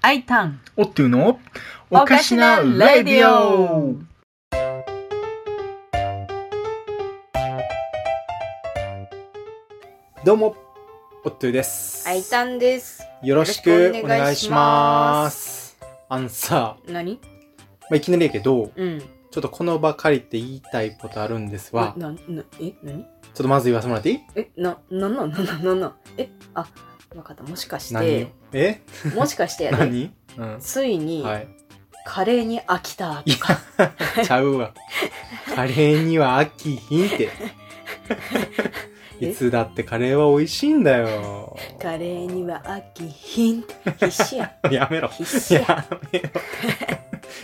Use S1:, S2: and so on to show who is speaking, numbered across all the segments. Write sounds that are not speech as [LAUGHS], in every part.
S1: アイタン
S2: おっていうのおかしなレディオどうもおっとゥです
S1: アイタンです
S2: よろしくお願いしますあのさ、
S1: 何
S2: まあ、いきなりやけど
S1: うん
S2: ちょっとこの場借りて言いたいことあるんですわ
S1: えななえ何
S2: ちょっとまず言わせてもらっていい
S1: えななんなんなんなんなんなんえあわかったもしかし
S2: 何
S1: て
S2: え
S1: もしかしてやで
S2: 何うん
S1: ついに
S2: はい
S1: カレーに飽きた
S2: いやちゃうわカレーには飽きひんって
S1: [LAUGHS] え
S2: いつだってカレーは美味しいんだよ
S1: カレーには飽きひんって必死や
S2: やめろ
S1: 必死や
S2: やめろい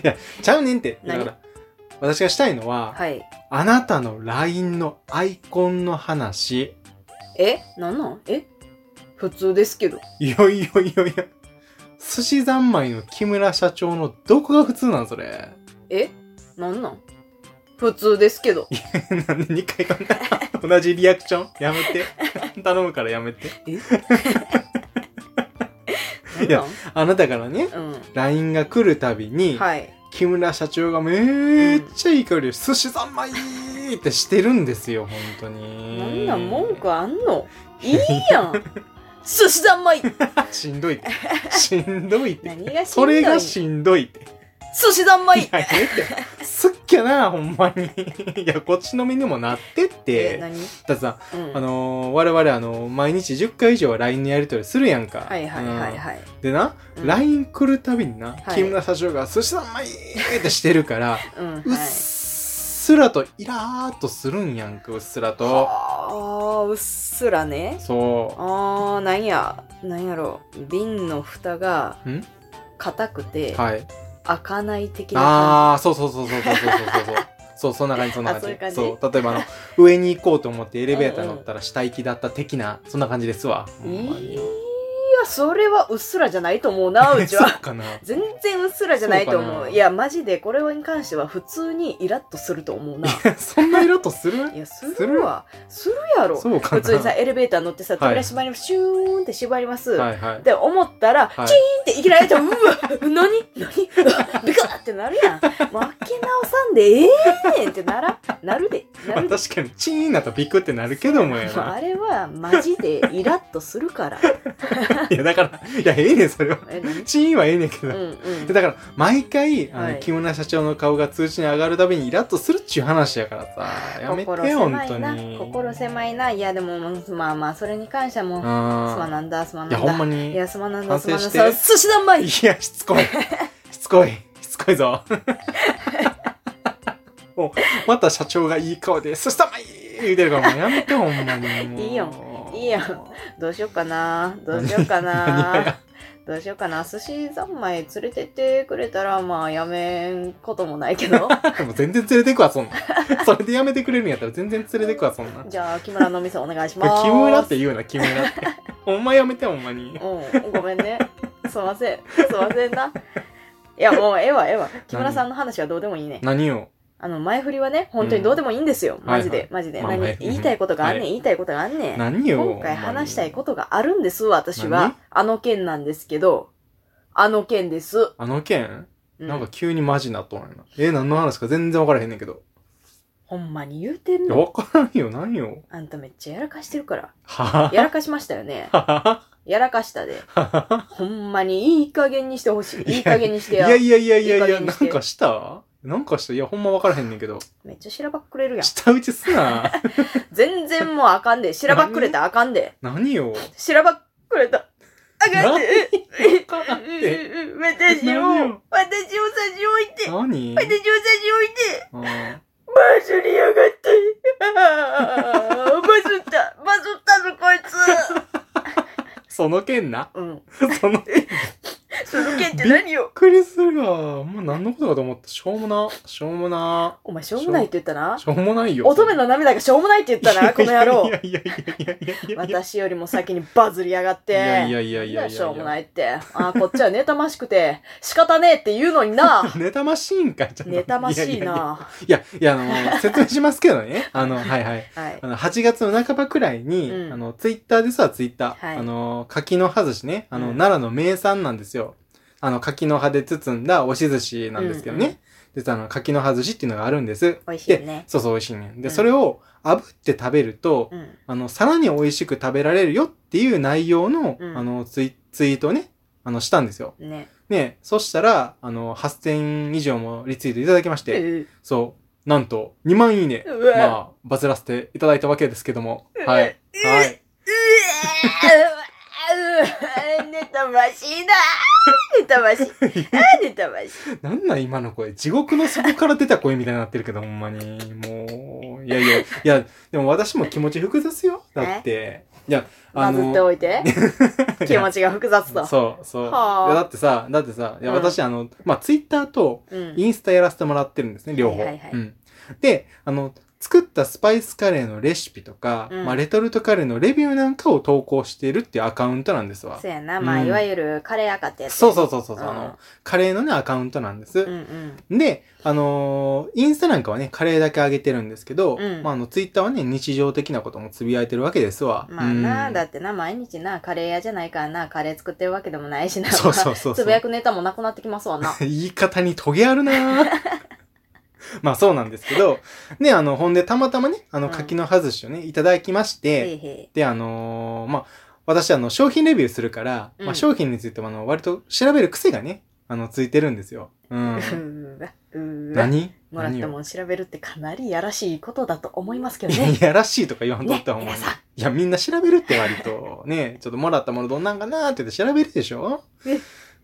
S2: やちゃうねんってだ
S1: 何
S2: から私がしたいのは、
S1: はい
S2: あなたの LINE のアイコンの話
S1: えなんなんえ普通ですけど
S2: いやいやいやいや寿司三昧の木村社長のどこが普通なんそれ [LAUGHS]
S1: えなんなん普通ですけど
S2: なんで2回かな同じリアクションやめ
S1: [LAUGHS]
S2: て頼むからやめて [LAUGHS] いやあなたからね
S1: なんなん
S2: LINE が来るたび
S1: う
S2: に、
S1: んはい
S2: 木村社長がめっちゃいい香りを寿司三昧ってしてるんですよ、本当に。
S1: なんなん文句あんのいい
S2: [LAUGHS]
S1: やん寿司三昧
S2: しんどいって。しんどいって。
S1: 何がしんどい
S2: それがしんどいって。
S1: 寿司三昧
S2: いや、言って。すっきゃな、ほんまに。いや、こっちの身にもなってっ
S1: え
S2: て。
S1: 何
S2: だってさ、
S1: うん
S2: あのー我々、あのー毎日10回以上は LINE のやり取りするやんか。
S1: はいはいはいはい
S2: うんでな、
S1: うん
S2: LINE 来るたびにな、
S1: はい
S2: 木村社長が寿司三昧ってしてるから、
S1: うんはいう
S2: っすらとイラーっとするんやんかうっすらと
S1: あーうっすらね
S2: そ
S1: あーなんやなんやろ瓶の蓋が
S2: ん
S1: 硬くて
S2: うはい
S1: 開かない的な
S2: ああそうそうそうそうそうそうそう
S1: [LAUGHS]
S2: そうそうそんな感じそんな感じ
S1: あそういう感じ
S2: そう例えばあの上に行こうと思ってエレベーター乗ったら下行きだった的なそんな感じですわ
S1: 感じ
S2: ほんま
S1: い
S2: に
S1: やそれはうっすらじゃないと思うなう
S2: [LAUGHS]
S1: ち
S2: そ
S1: は
S2: うかな
S1: 全然うっすらじゃないと
S2: そう
S1: 思
S2: か
S1: う
S2: ない
S1: やマジでこれに関しては普通にイラッとすると
S2: [LAUGHS]
S1: 思うない
S2: そんなイラッとす
S1: [LAUGHS]
S2: る
S1: いやするわするやろ
S2: そうかな
S1: 普通にさエレベーター乗ってさ
S2: い
S1: 扉閉まります、シューンって閉まります、
S2: はいはい
S1: って思ったら、
S2: はい
S1: チーンっていきなりやったら、うわ、 [LAUGHS] 何何うわビカッってなるやん。負け直さんでええねんってなら、なるで、な
S2: まあ
S1: るで。
S2: 確かにチーンなとビクってなるけどもや
S1: [LAUGHS] まあ
S2: な
S1: あれはマジでイラッとするから。
S2: いやだからいやええねんそれは
S1: え、何
S2: チーンはええねんけ
S1: うん
S2: ど
S1: うん
S2: で。だから毎回あの、
S1: はい
S2: 木村社長の顔が通知に上がるたびにイラッとするっちゅう話やからさ [LAUGHS] やめてよ本
S1: 狭
S2: 当
S1: いな
S2: に
S1: 心狭いないやでもまあまあそれに関してはもうすま
S2: あ
S1: なんだすまな
S2: い
S1: んだ
S2: やほんま
S1: い
S2: にいや
S1: やすまなんだ
S2: 反
S1: すま
S2: 省
S1: なん
S2: して
S1: だ寿司だんまい
S2: しつこいしつこいしつこいぞもうまた社長がいい顔で「そしたらまい!」言うてるからもうやめてほんまにもう
S1: いいよいいよどうしよう
S2: [LAUGHS]
S1: かなどうしようか
S2: 何
S1: な
S2: が
S1: どうしようかな寿司三昧連れてってくれたらまあやめんこともないけど
S2: でも全然連れてくわそんなんそれでやめてくれるんやったら全然連れてくわそんなん
S1: じゃあ木村の店お願いしま
S2: [LAUGHS]
S1: す
S2: 木村って言うな木村ってほんまやめてほんまに
S1: うんごめんねすいませんすいませんないやもうええわええわ木村さんの話はどうでもいいね
S2: 何を
S1: あの前振りはね本当にどうでもいいんですよ、
S2: ん
S1: マジで、
S2: はいは
S1: マジで、
S2: まあ
S1: 何
S2: 前振り
S1: 言いたいことがあんねん、
S2: はい
S1: 言いたいことがあんねん
S2: 何よ
S1: 今回話したい
S2: と
S1: ことがあるんです私は
S2: 何
S1: あの件なんですけどあの件です、
S2: あの件
S1: う
S2: なんか急にマジなっとんやな。え、何の話か全然分からへんねんけど。
S1: ほんまに言うてん
S2: いや、
S1: の
S2: 分からんよ、何よ。
S1: あんためっちゃやらかしてるから
S2: は
S1: やらかしましたよね
S2: ぁは
S1: やらかしたで
S2: ぁは
S1: ほんまにいい加減にしてほしいいい加減にし
S2: ぁい
S1: てや
S2: やいやいやいやい
S1: いい加
S2: や、
S1: 減に
S2: な
S1: して
S2: んかしたなんかしたいや、ほんま分からへんねんけど。
S1: めっちゃしらばっくれるやん
S2: 下打ちすな。
S1: 全然もうあかんでしらばっくれたらあかんで
S2: 何よ。
S1: しらばっくれたあかん
S2: 何
S1: で
S2: かんって
S1: うんうんうん私を
S2: 何よ
S1: 私を差し置いて
S2: 何
S1: 私を差し置いて
S2: うん
S1: バズりやがって。あー [LAUGHS] バズった。バズったぞ、こい
S2: [LAUGHS]
S1: つ。
S2: その件な。
S1: うん。
S2: その件。びっ
S1: その件って何よ。
S2: くりするわ。もう何のことかと思った。しょうもな。しょうもな。
S1: お前、しょうもないって言ったな。
S2: しょうもないよ。
S1: 乙女の涙がしょうもないって言ったな、この野郎
S2: い。やいやいやいやいやいやいや。
S1: 私よりも先にバズりやがって。
S2: いやいやいやいやいやいや。
S1: しょうもないって。あーこっちは妬ましくて、仕方ねえって言うのにな
S2: 妬ましいんかいちょっと
S1: 妬ましい
S2: ややや
S1: な。
S2: いや、いや、あの、説明しますけどね。あの、はいはい。
S1: はい。
S2: あの、8月の半ばくらいに、
S1: うん
S2: あの、ツイッターでさ、ツイッター。
S1: はい
S2: あの、柿の葉寿司ね。あの、
S1: うん
S2: 奈良の名産なんですよ。あの、柿の葉で包んだ押し寿司なんですけどね。
S1: うん
S2: で、あの、柿の葉寿司っていうのがあるんです。
S1: 美味しいね
S2: でそうそう、美味しいね。で、
S1: うん
S2: それを炙って食べると、
S1: うん
S2: あの、さらに美味しく食べられるよっていう内容の、
S1: うん
S2: あのツイ、ツイートをね、あの、したんですよ。
S1: ね
S2: ね、そしたら、あの、8000以上もリツイートいただきまして、そう、なんと、2万いいね。
S1: うわ
S2: まあ、バズらせていただいたわけですけども。
S1: うわ
S2: はい。は
S1: う
S2: い。
S1: ううネタましいなネタましいネタましい
S2: なんなん今の声。地獄の底から出た声みたいになってるけど、ほんまに。もう、いやいや、いや、でも私も気持ち複雑よ。だって。いや、
S1: バズっておいて
S2: [LAUGHS]
S1: 気持
S2: ち
S1: ちが複雑だ
S2: そう、そう。いや
S1: はあ
S2: だってさ、だってさ、いや
S1: うん
S2: 私、あの、まあ、ツイッターと
S1: うん
S2: インスタやらせてもらってるんですね、両方。
S1: はいはいはい
S2: うん。で、あの、作ったスパイスカレーのレシピとか、
S1: うん
S2: まあ、レトルトカレーのレビューなんかを投稿しているっていうアカウントなんですわ
S1: そ。うやなまあ
S2: うん
S1: いわゆるカレー赤ってやつ
S2: そうそうそうそう、
S1: うん
S2: あの、カレーのね、アカウントなんです。
S1: うんうん
S2: で、あのーインスタなんかはね、カレーだけ上げてるんですけど、
S1: うん
S2: まあ、あの、ツイッターはね、日常的なこともつぶやいてるわけですわ。
S1: まあな
S2: うん
S1: だってな毎日なカレー屋じゃないからなカレー作ってるわけでもないしな
S2: そうそうそうそう
S1: [LAUGHS] つぶやくネタもなくなってきますわな
S2: [LAUGHS] 言い方にトゲあるな
S1: [LAUGHS]
S2: ぁまあ、そうなんですけど、ね、あの、ほんで、たまたまね、あの、
S1: うん
S2: 柿の外しをね、いただきまして、
S1: へいへ
S2: で、あのーまあ、私、あの、商品レビューするから、
S1: うん
S2: まあ、商品についても、あの、割と調べる癖がね、あの、ついてるんですよ。
S1: [LAUGHS]
S2: うん。
S1: いうわうわ
S2: 何
S1: もらっ
S2: 何
S1: た
S2: を
S1: もん調べるってかなりやらしいことだと思いますけど
S2: いや
S1: ね
S2: [LAUGHS] い。やらしいとか言わんとっ
S1: ね、
S2: たほんま
S1: 皆
S2: に。
S1: さ
S2: いや、みんな調べるって割と、ね、ちょっともらったものどんなんかなーって言って調べるでしょ
S1: ん、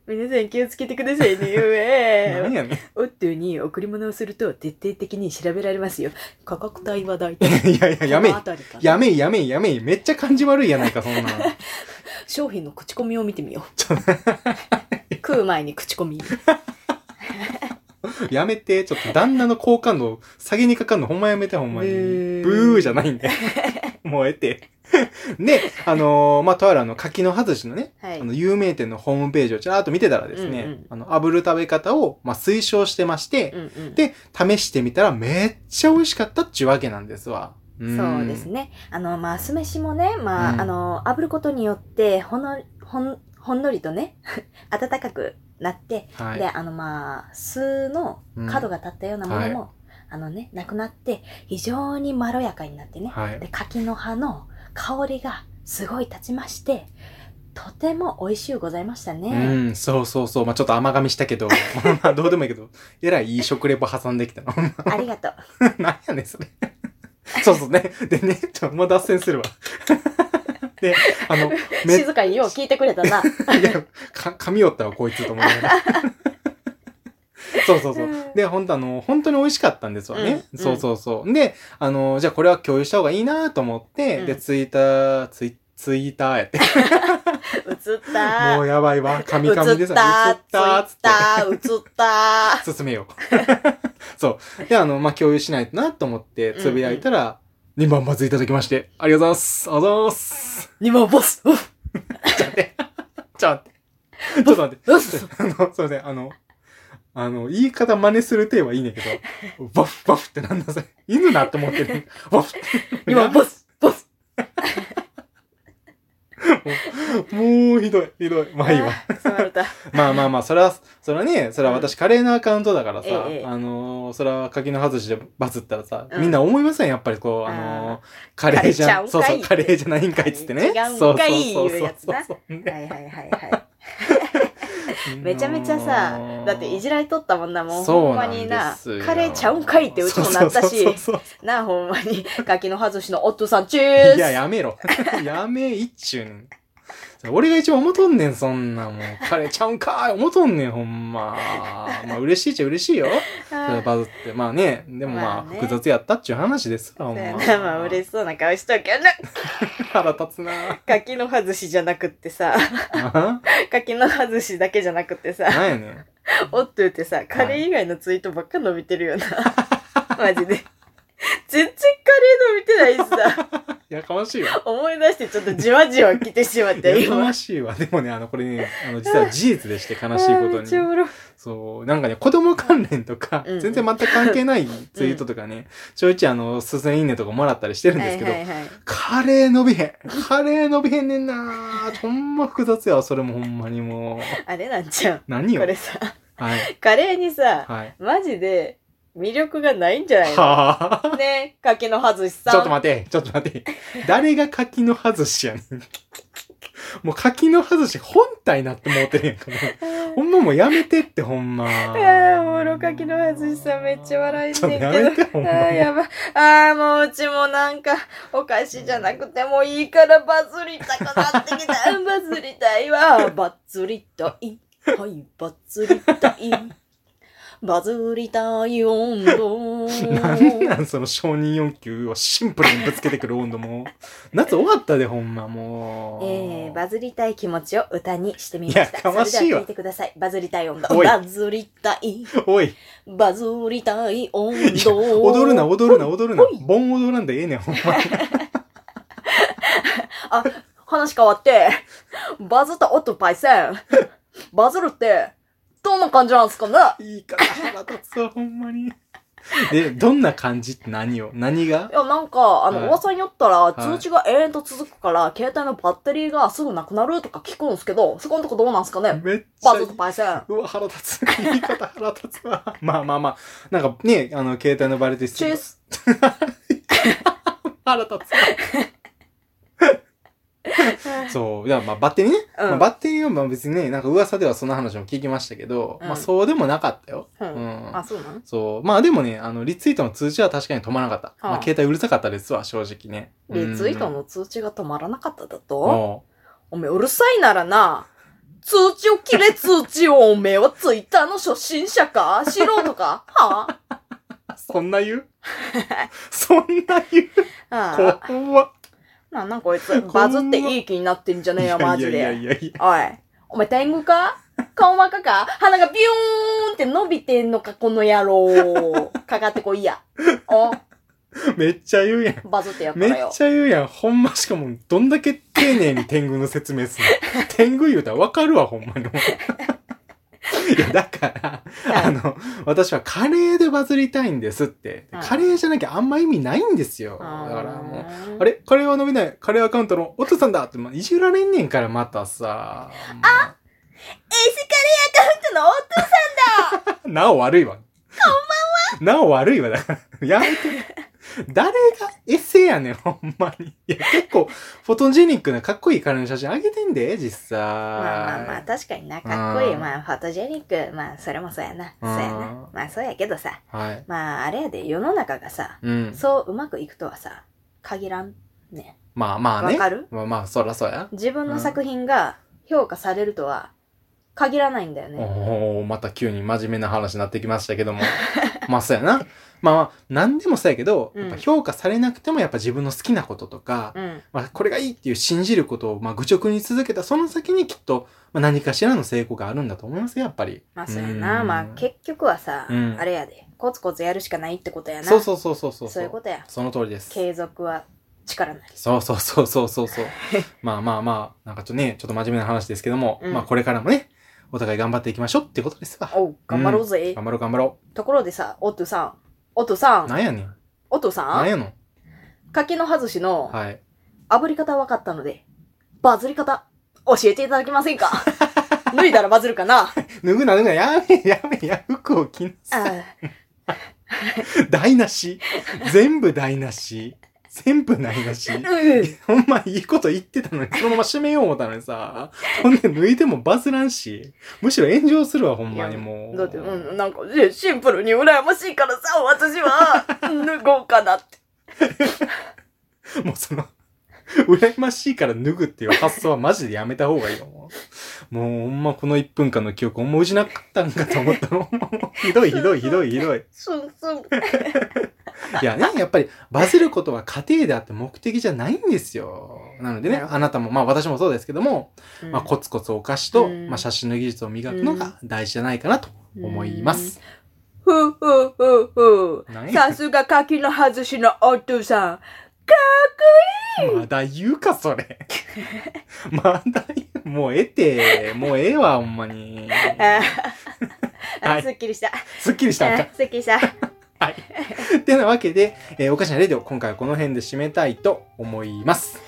S1: 皆さん気をつけてくださいね。う
S2: 何
S1: え
S2: やね
S1: オットーに贈り物をすると徹底的に調べられますよ。価格帯は大体。
S2: ん。いや [LAUGHS] いや、やめい
S1: この。辺りかな
S2: やめい、やめい、やめい。めっちゃ感じ悪いやないか、そんなん。
S1: 商品の口コミを見てみよう。 [LAUGHS] 食う前に口コミ。
S2: やめて、ちょっと旦那の好感度下げにかかんのほんまやめて、ほんまに。
S1: ブ
S2: ブ
S1: ー
S2: ーじゃない
S1: [LAUGHS]
S2: んで。もうええって。で、あのーまあ、とあるあの、柿の外しのね、
S1: はい
S2: あ。の、有名店のホームページをちらーっと見てたらですね、
S1: うんうん
S2: あの、炙る食べ方を、まあ、推奨してまして、
S1: うんうん
S2: で、試してみたらめっちゃ美味しかったっちゅうわけなんですわ。ん
S1: そうです。ね。あの、まあ、酢飯もね、まあ、
S2: うん
S1: あの、炙ることによって、ほの、ほん、ほんのりとね、 [LAUGHS] 暖かくなって、
S2: はい
S1: で、。あの、まあ、酢の角が立ったようなものも、あのね、なくなって、非常にまろやかになってね、
S2: はい。
S1: で、柿の葉の香りがすごい立ちまして、とても美味しゅうございました
S2: う
S1: ね。
S2: ん、そうそうそう。まあちょっと甘噛みした
S1: [LAUGHS]
S2: けど、まあどうでもいいけど、えらいいい食レポ挟んできたの。 [LAUGHS]
S1: ありがとう。
S2: なんやねん、それ。そうそうね。でね、ちょ、もう脱線するわ。 [LAUGHS] で、あ
S1: [LAUGHS]
S2: の、め
S1: 静かによう聞いてくれ
S2: [LAUGHS]
S1: たな。
S2: いや、か、噛み寄ったわ、こいつと思いなが
S1: [LAUGHS]
S2: ら。そうそうそう。で、本当あの、本当に美味しかったんですわね。
S1: うん
S2: そうそうそう。で、あの、じゃあこれは共有した方がいいなと思って、
S1: うん
S2: で、ツイッター、ツイ、ツイッターやって。
S1: 映った
S2: もうやばいわ、噛み噛みで
S1: 映
S2: さ、
S1: った
S2: 映ったっつって。
S1: 映った映っ
S2: [LAUGHS]
S1: た
S2: 進めよう。そう。 [LAUGHS] で、あの、まあ、共有しないとなと思って、つぶやいたら、2番まずいただきまして、ありがとうございます。ありがとうございます。
S1: 二番
S2: [LAUGHS]
S1: ボスうっ
S2: ちょっと待って。ちょっと待って。
S1: うっす
S2: [LAUGHS] あの、すいません、あの、あの、言い方真似する体はいいねんだけど、バフバフってなんだそれ。犬なって思ってる。バフって。
S1: 二番
S2: [LAUGHS]
S1: ボスボス
S2: もうひどい、ひどい。まあいいわ。
S1: あー座れ
S2: [LAUGHS]
S1: た。
S2: まあまあまあ、それは、それはね、それは私、カレーのアカウントだからさ、
S1: ええ
S2: あのーそれは柿の外しでバズったらさ、
S1: うん
S2: みんな思いません、やっぱりこう、あ
S1: あ
S2: のーカレーじゃん、そ
S1: カ
S2: う
S1: レー
S2: そうう、
S1: ちゃんか
S2: カ
S1: い
S2: レーじゃないんかいっつってね。
S1: 違うん
S2: そう
S1: かい
S2: そう
S1: いうやつな
S2: そうそう
S1: はいはいはいは
S2: そう
S1: い。めちゃめちゃさ、だっていじられとったもんなもん。
S2: そ
S1: ほ
S2: うんな
S1: ま
S2: んです
S1: に
S2: よ
S1: な、カレーちゃうんかいってうちもなった
S2: そうそう
S1: し、
S2: そうそう
S1: [LAUGHS] なあほんまに、柿の外しの夫さんチュース
S2: いや、やめろ。 [LAUGHS] やめいっちゅうねん。俺が一番思とんねん、そんなもん。カレーちゃうんかい思とんねん、ほんま。まあ、嬉しいっちゃ嬉しいよ。それはバズって。まあね、でもま
S1: ま
S2: あ、
S1: あね
S2: 複雑やったっちゅう話ですわ、ほん
S1: そうや
S2: ま。
S1: なまあ嬉しそうな顔しとるけどな
S2: 腹立つな
S1: 柿の外しじゃなくっ
S2: [LAUGHS]
S1: てさ
S2: あ
S1: 柿の外しだけじゃなくてさ
S2: なんやねん。
S1: おっと言ってさカレー以外のツイートばっか伸びてるよなマジで全然カレーの見てない
S2: [LAUGHS]
S1: しさ、
S2: やかましいわ。
S1: 思い出してちょっとじわじわ来てしまったよ、
S2: やか
S1: 今。
S2: ましいわ。でもね、あの、これね、あの、実は事実でして悲しい
S1: あー
S2: こ
S1: め
S2: と
S1: っちゃお
S2: に。
S1: もろい。
S2: そう、なんかね、子供関連とか、
S1: うん
S2: 全然全く関係ないツイートとかね、ちょいちょいあの、すせんいいねとかもらったりしてるんですけど、
S1: はいはいはい。
S2: カレー伸びへん。カレー伸びへんねんなーほんま複雑やわ、それもほんまにもう。
S1: あれなんちゃう
S2: 何よ
S1: こ。れさ、
S2: はい。
S1: カレーにさ、
S2: はい。
S1: マジで魅力がないんじゃないの
S2: はあ。
S1: ね柿の外しさん。
S2: ちょっと待て、ちょっと待て。誰が柿の外しやねん。もう柿の外し本体になってもうてるやんか。もうほんまもうやめてってほんま。
S1: いやーおもろ柿の外しさんめっちゃ笑い
S2: ちょっ
S1: ね
S2: と
S1: んけど。
S2: やめてほ
S1: あ
S2: ん
S1: ー
S2: ま。
S1: やばいあーもううちもなんかお菓子じゃなくてもいいからバズりたくなって
S2: [LAUGHS]
S1: きたバズりたいわバズりたいはいバズりたいバズりたい温度
S2: なんなんその承認欲求をシンプルにぶつけてくる温度も。夏終わったでほんまもう。
S1: えー、バズりたい気持ちを歌にしてみました。
S2: いやかましいわ
S1: それでは聞いてください。バズりたい温度。
S2: おい
S1: バズりたい。
S2: おい。
S1: バズりたい温
S2: いや
S1: 度。
S2: 踊るな、踊るな、踊るな
S1: ほい。
S2: 盆踊らんでええねん、ほんまに。
S1: あ、話変わって。バズった音パイ
S2: [LAUGHS]
S1: セン。バズるって、どんな感じなんすかね
S2: いいから腹立つわ、ほんまに。で、どんな感じって何を何が
S1: いや、なんか、あの、
S2: はい
S1: 噂によったら、
S2: い
S1: 通知が永遠と続くから、携帯のバッテリーがすぐなくなるとか聞くんすけど、そこのとこどうなんすかね
S2: めっちゃ
S1: バズ。とパイセン。
S2: うわ、腹立つ。言い方腹立つわ。まあまあまあ。なんかね、あの、携帯のバレて
S1: チュース。
S2: 腹立
S1: [LAUGHS]
S2: つ。そう。いや、まあ、バッテリーね。
S1: うん
S2: まあ、バッテリーはまあ別にね、なんか噂ではそんな話も聞きましたけど、
S1: うん
S2: まあそうでもなかったよ。
S1: う。
S2: うんん。
S1: あ、そうなの
S2: そう。まあでもね、あの、リツイートの通知は確かに止まらなかった。
S1: あ
S2: まあ携帯うるさかったですわ、正直ね。
S1: リツイート
S2: うん
S1: の通知が止まらなかっただと
S2: おう
S1: おめえうるさいならな、通知を切れ通知をおめえはツイッターの初心者か素人かは
S2: そんな言う [LAUGHS] そんな言う
S1: あ、ああ
S2: 怖っ。
S1: な、なんかこいつ、バズっていい気になってんじゃねえよ、マジ
S2: いやいやい
S1: で。
S2: やいや。
S1: おい、お前天狗か顔真っ赤か鼻がビューンって伸びてんのか、この野郎。かかってこいや。お、
S2: めっちゃ言うやん。
S1: バズってやっ
S2: め
S1: た
S2: っ
S1: らよ。
S2: ちゃ言うやん。ほんましかも、どんだけ丁寧に天狗の説明するの [LAUGHS] 天狗言うたらわかるわ、ほんまに。 [LAUGHS] いや、だから、
S1: はい
S2: あの、私はカレーでバズりたいんですって。
S1: はい
S2: カレーじゃなきゃあんま意味ないんですよ。だからもう。あれカレーは飲めない。カレーアカウントのお父さんだって、まあいじられんねんから、またさ。あ
S1: エスカレーアカウントの音
S2: なお悪いわ。こんばんは。なお悪いわ、だから。やめて。誰がエセやねん、ほんまに。いや、結構、フォトジェニックなかっこいい彼の写真あげてんで、実際。
S1: まあまあまあ、確かにな、かっこいい。
S2: うん
S1: まあ、フォトジェニック、まあ、それもそうやな。そうや
S2: うん
S1: な。まあ、そうやけどさ、
S2: あ。はい。
S1: まあ、あれやで、世の中がさ、
S2: うん。
S1: そううまくいくとはさ、限らんね。
S2: まあまあ
S1: わ
S2: ね。
S1: かる
S2: まあまあ、そらそうや。
S1: 自分の作品が評価されるとは、限らないんだよね。
S2: おおまた急に真面目な話になってきましたけども。 [LAUGHS] まあそうやな。まあまあ、何でもそうやけど、
S1: う
S2: や
S1: ん
S2: っぱ評価されなくてもやっぱ自分の好きなこととか、
S1: うん。
S2: まあこれがいいっていう信じることをまあ愚直に続けたその先にきっと、まあ、何かしらの成功があるんだと思いますよ、やっぱり。
S1: まあ、そうや
S2: う
S1: な。
S2: ん
S1: まあ、結局はさ、
S2: うん
S1: あれやで、コツコツやるしかないってことやな。
S2: そうそうそうそうそう。
S1: そういうことや。
S2: その通りです。
S1: 継続は力なり。
S2: そうそうそうそうそう
S1: [LAUGHS]
S2: そう。まあまあまあ、なんかちょっとね、ちょっと真面目な話ですけども、
S1: うん
S2: まあこれからもね、お互い頑張っていきましょうってことですわ。
S1: おう、頑張ろうぜ。
S2: 頑張ろう頑張ろ
S1: ところでさ、おとさん、おとさ
S2: う。
S1: ん、
S2: なんやねん。
S1: おと
S2: なん
S1: さん、
S2: やの
S1: 柿の外しの、
S2: はい。
S1: 炙り方分かったので、バズり方、教えていただけません [LAUGHS] か脱いだらバズるかなあ
S2: 脱ぐな脱ぐな。やめ [LAUGHS] やめや。服を着なさい。
S1: あ
S2: 台無し。全部台無し。全部台無し。
S1: うん。
S2: ほんまいいこと言ってたのに、そのまま締めよう思ったのにさ。ほんで脱いでもバズらんし。むしろ炎上するわ、ほんまにもう。
S1: だって、うん、なんか、えシンプルに羨ましいからさ、私は、脱ごうかなって。
S2: もうその、羨ましいから脱ぐっていう発想はマジでやめた方がいいよ。もう、もうほんまこの1分間の記憶思い失ったんかと思ったの。もうひどいひどいひどいひどい。
S1: スンスン。
S2: いやね、やっぱりバズることは過程であって目的じゃないんですよ。なのでね、あなたも、まあ私もそうですけども、まあコツコツお菓子と、
S1: うん
S2: まあ写真の技術を磨くのが大事じゃないかなと思います。
S1: ふうふうふうふ
S2: 何
S1: う。
S2: や
S1: さすが柿の外しのお父さん。かっ
S2: まだ言うか、それ。 [LAUGHS] まだ言う。もうええて、もうええわ、ほんまに。
S1: こいい
S2: は
S1: あ
S2: い
S1: すっきりした。
S2: すっきりしたんか
S1: あ。すっきりした。
S2: はい。ってなわけで、えーおかしなレディオ、今回はこの辺で締めたいと思います。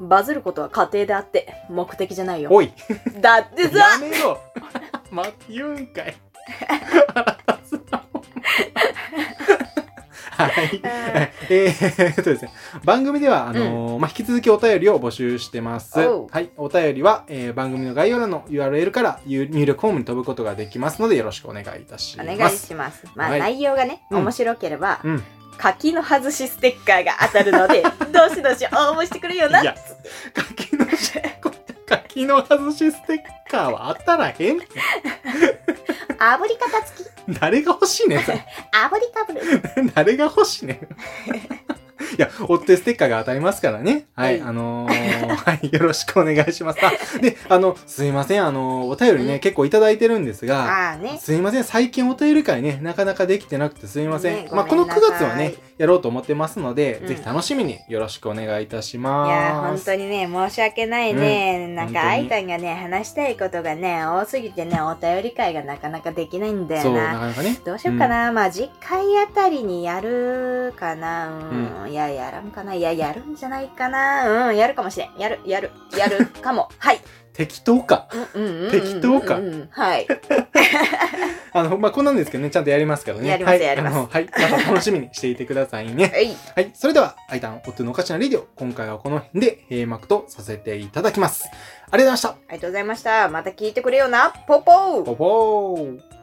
S1: バズることは家庭であって、目的じゃないよ。
S2: おい、
S1: だってさ、
S2: やめろ。ま、言うんかい。腹立つなほんまはい。えー、っとですね、番組では、あのーまあ、引き続きお便りを募集してます。
S1: おう
S2: はい。お便りは、えー番組の概要欄の URL から入力フォームに飛ぶことができますので、よろしくお願いいたし
S1: お
S2: ます。
S1: 願いします。まあ、
S2: はい
S1: 内容がね、
S2: うん
S1: 面白ければ、
S2: うん。
S1: 柿の外しステッカーが当たるので、どしどし応募してくれよな。
S2: いや、柿の、柿の外しステッカーはあったらへん。
S1: 炙り方付き、
S2: 誰が欲しいねん、それ
S1: 炙りかぶ
S2: [LAUGHS]
S1: る。
S2: 誰が欲しい
S1: [LAUGHS]
S2: ねん。いや、追ってステッカーが当たりますからね。はい、
S1: はい
S2: あのー [LAUGHS] はい、よろしくお願いします。あで、あの、すいません、あのーお便りね、
S1: うん
S2: 結構いただいてるんですが、
S1: ああね。
S2: すいません、最近お便り会ね、なかなかできてなくてすいません。
S1: ね
S2: まあ、こ
S1: ご
S2: の
S1: めん
S2: 9
S1: なさい
S2: 月はね、やろうと思ってますので、
S1: うん
S2: ぜひ楽しみによろしくお願いいたし
S1: い
S2: ます。
S1: やー本当にね申し訳ないね、なん
S2: 本
S1: か
S2: 当
S1: あ
S2: に
S1: いたんがね話したいことがね多すぎてねお便り会がなかなかできないんだ
S2: そ
S1: よ
S2: う、な
S1: な
S2: かなかね。
S1: どうしようかな、まあ次回あたりにやるかなうん、いややらんかないややるんじゃないかなうんやるかもしれんやるやるやるかもはい
S2: 適当か。
S1: うんうんうんうん
S2: 適当か
S1: うんうんはい
S2: あの、まあ、こんなんですけどね、ちゃんとやりますからね。
S1: やります
S2: はい
S1: やります
S2: あのはい、また楽しみにしていてくださいね。
S1: えい
S2: はい、それでは、アイタン、夫のおかしなレディオ、今回はこの辺で閉幕とさせていただきます。ありがとうございました。
S1: ありがとうございましたまた聞いてくれよなポポー
S2: ポポー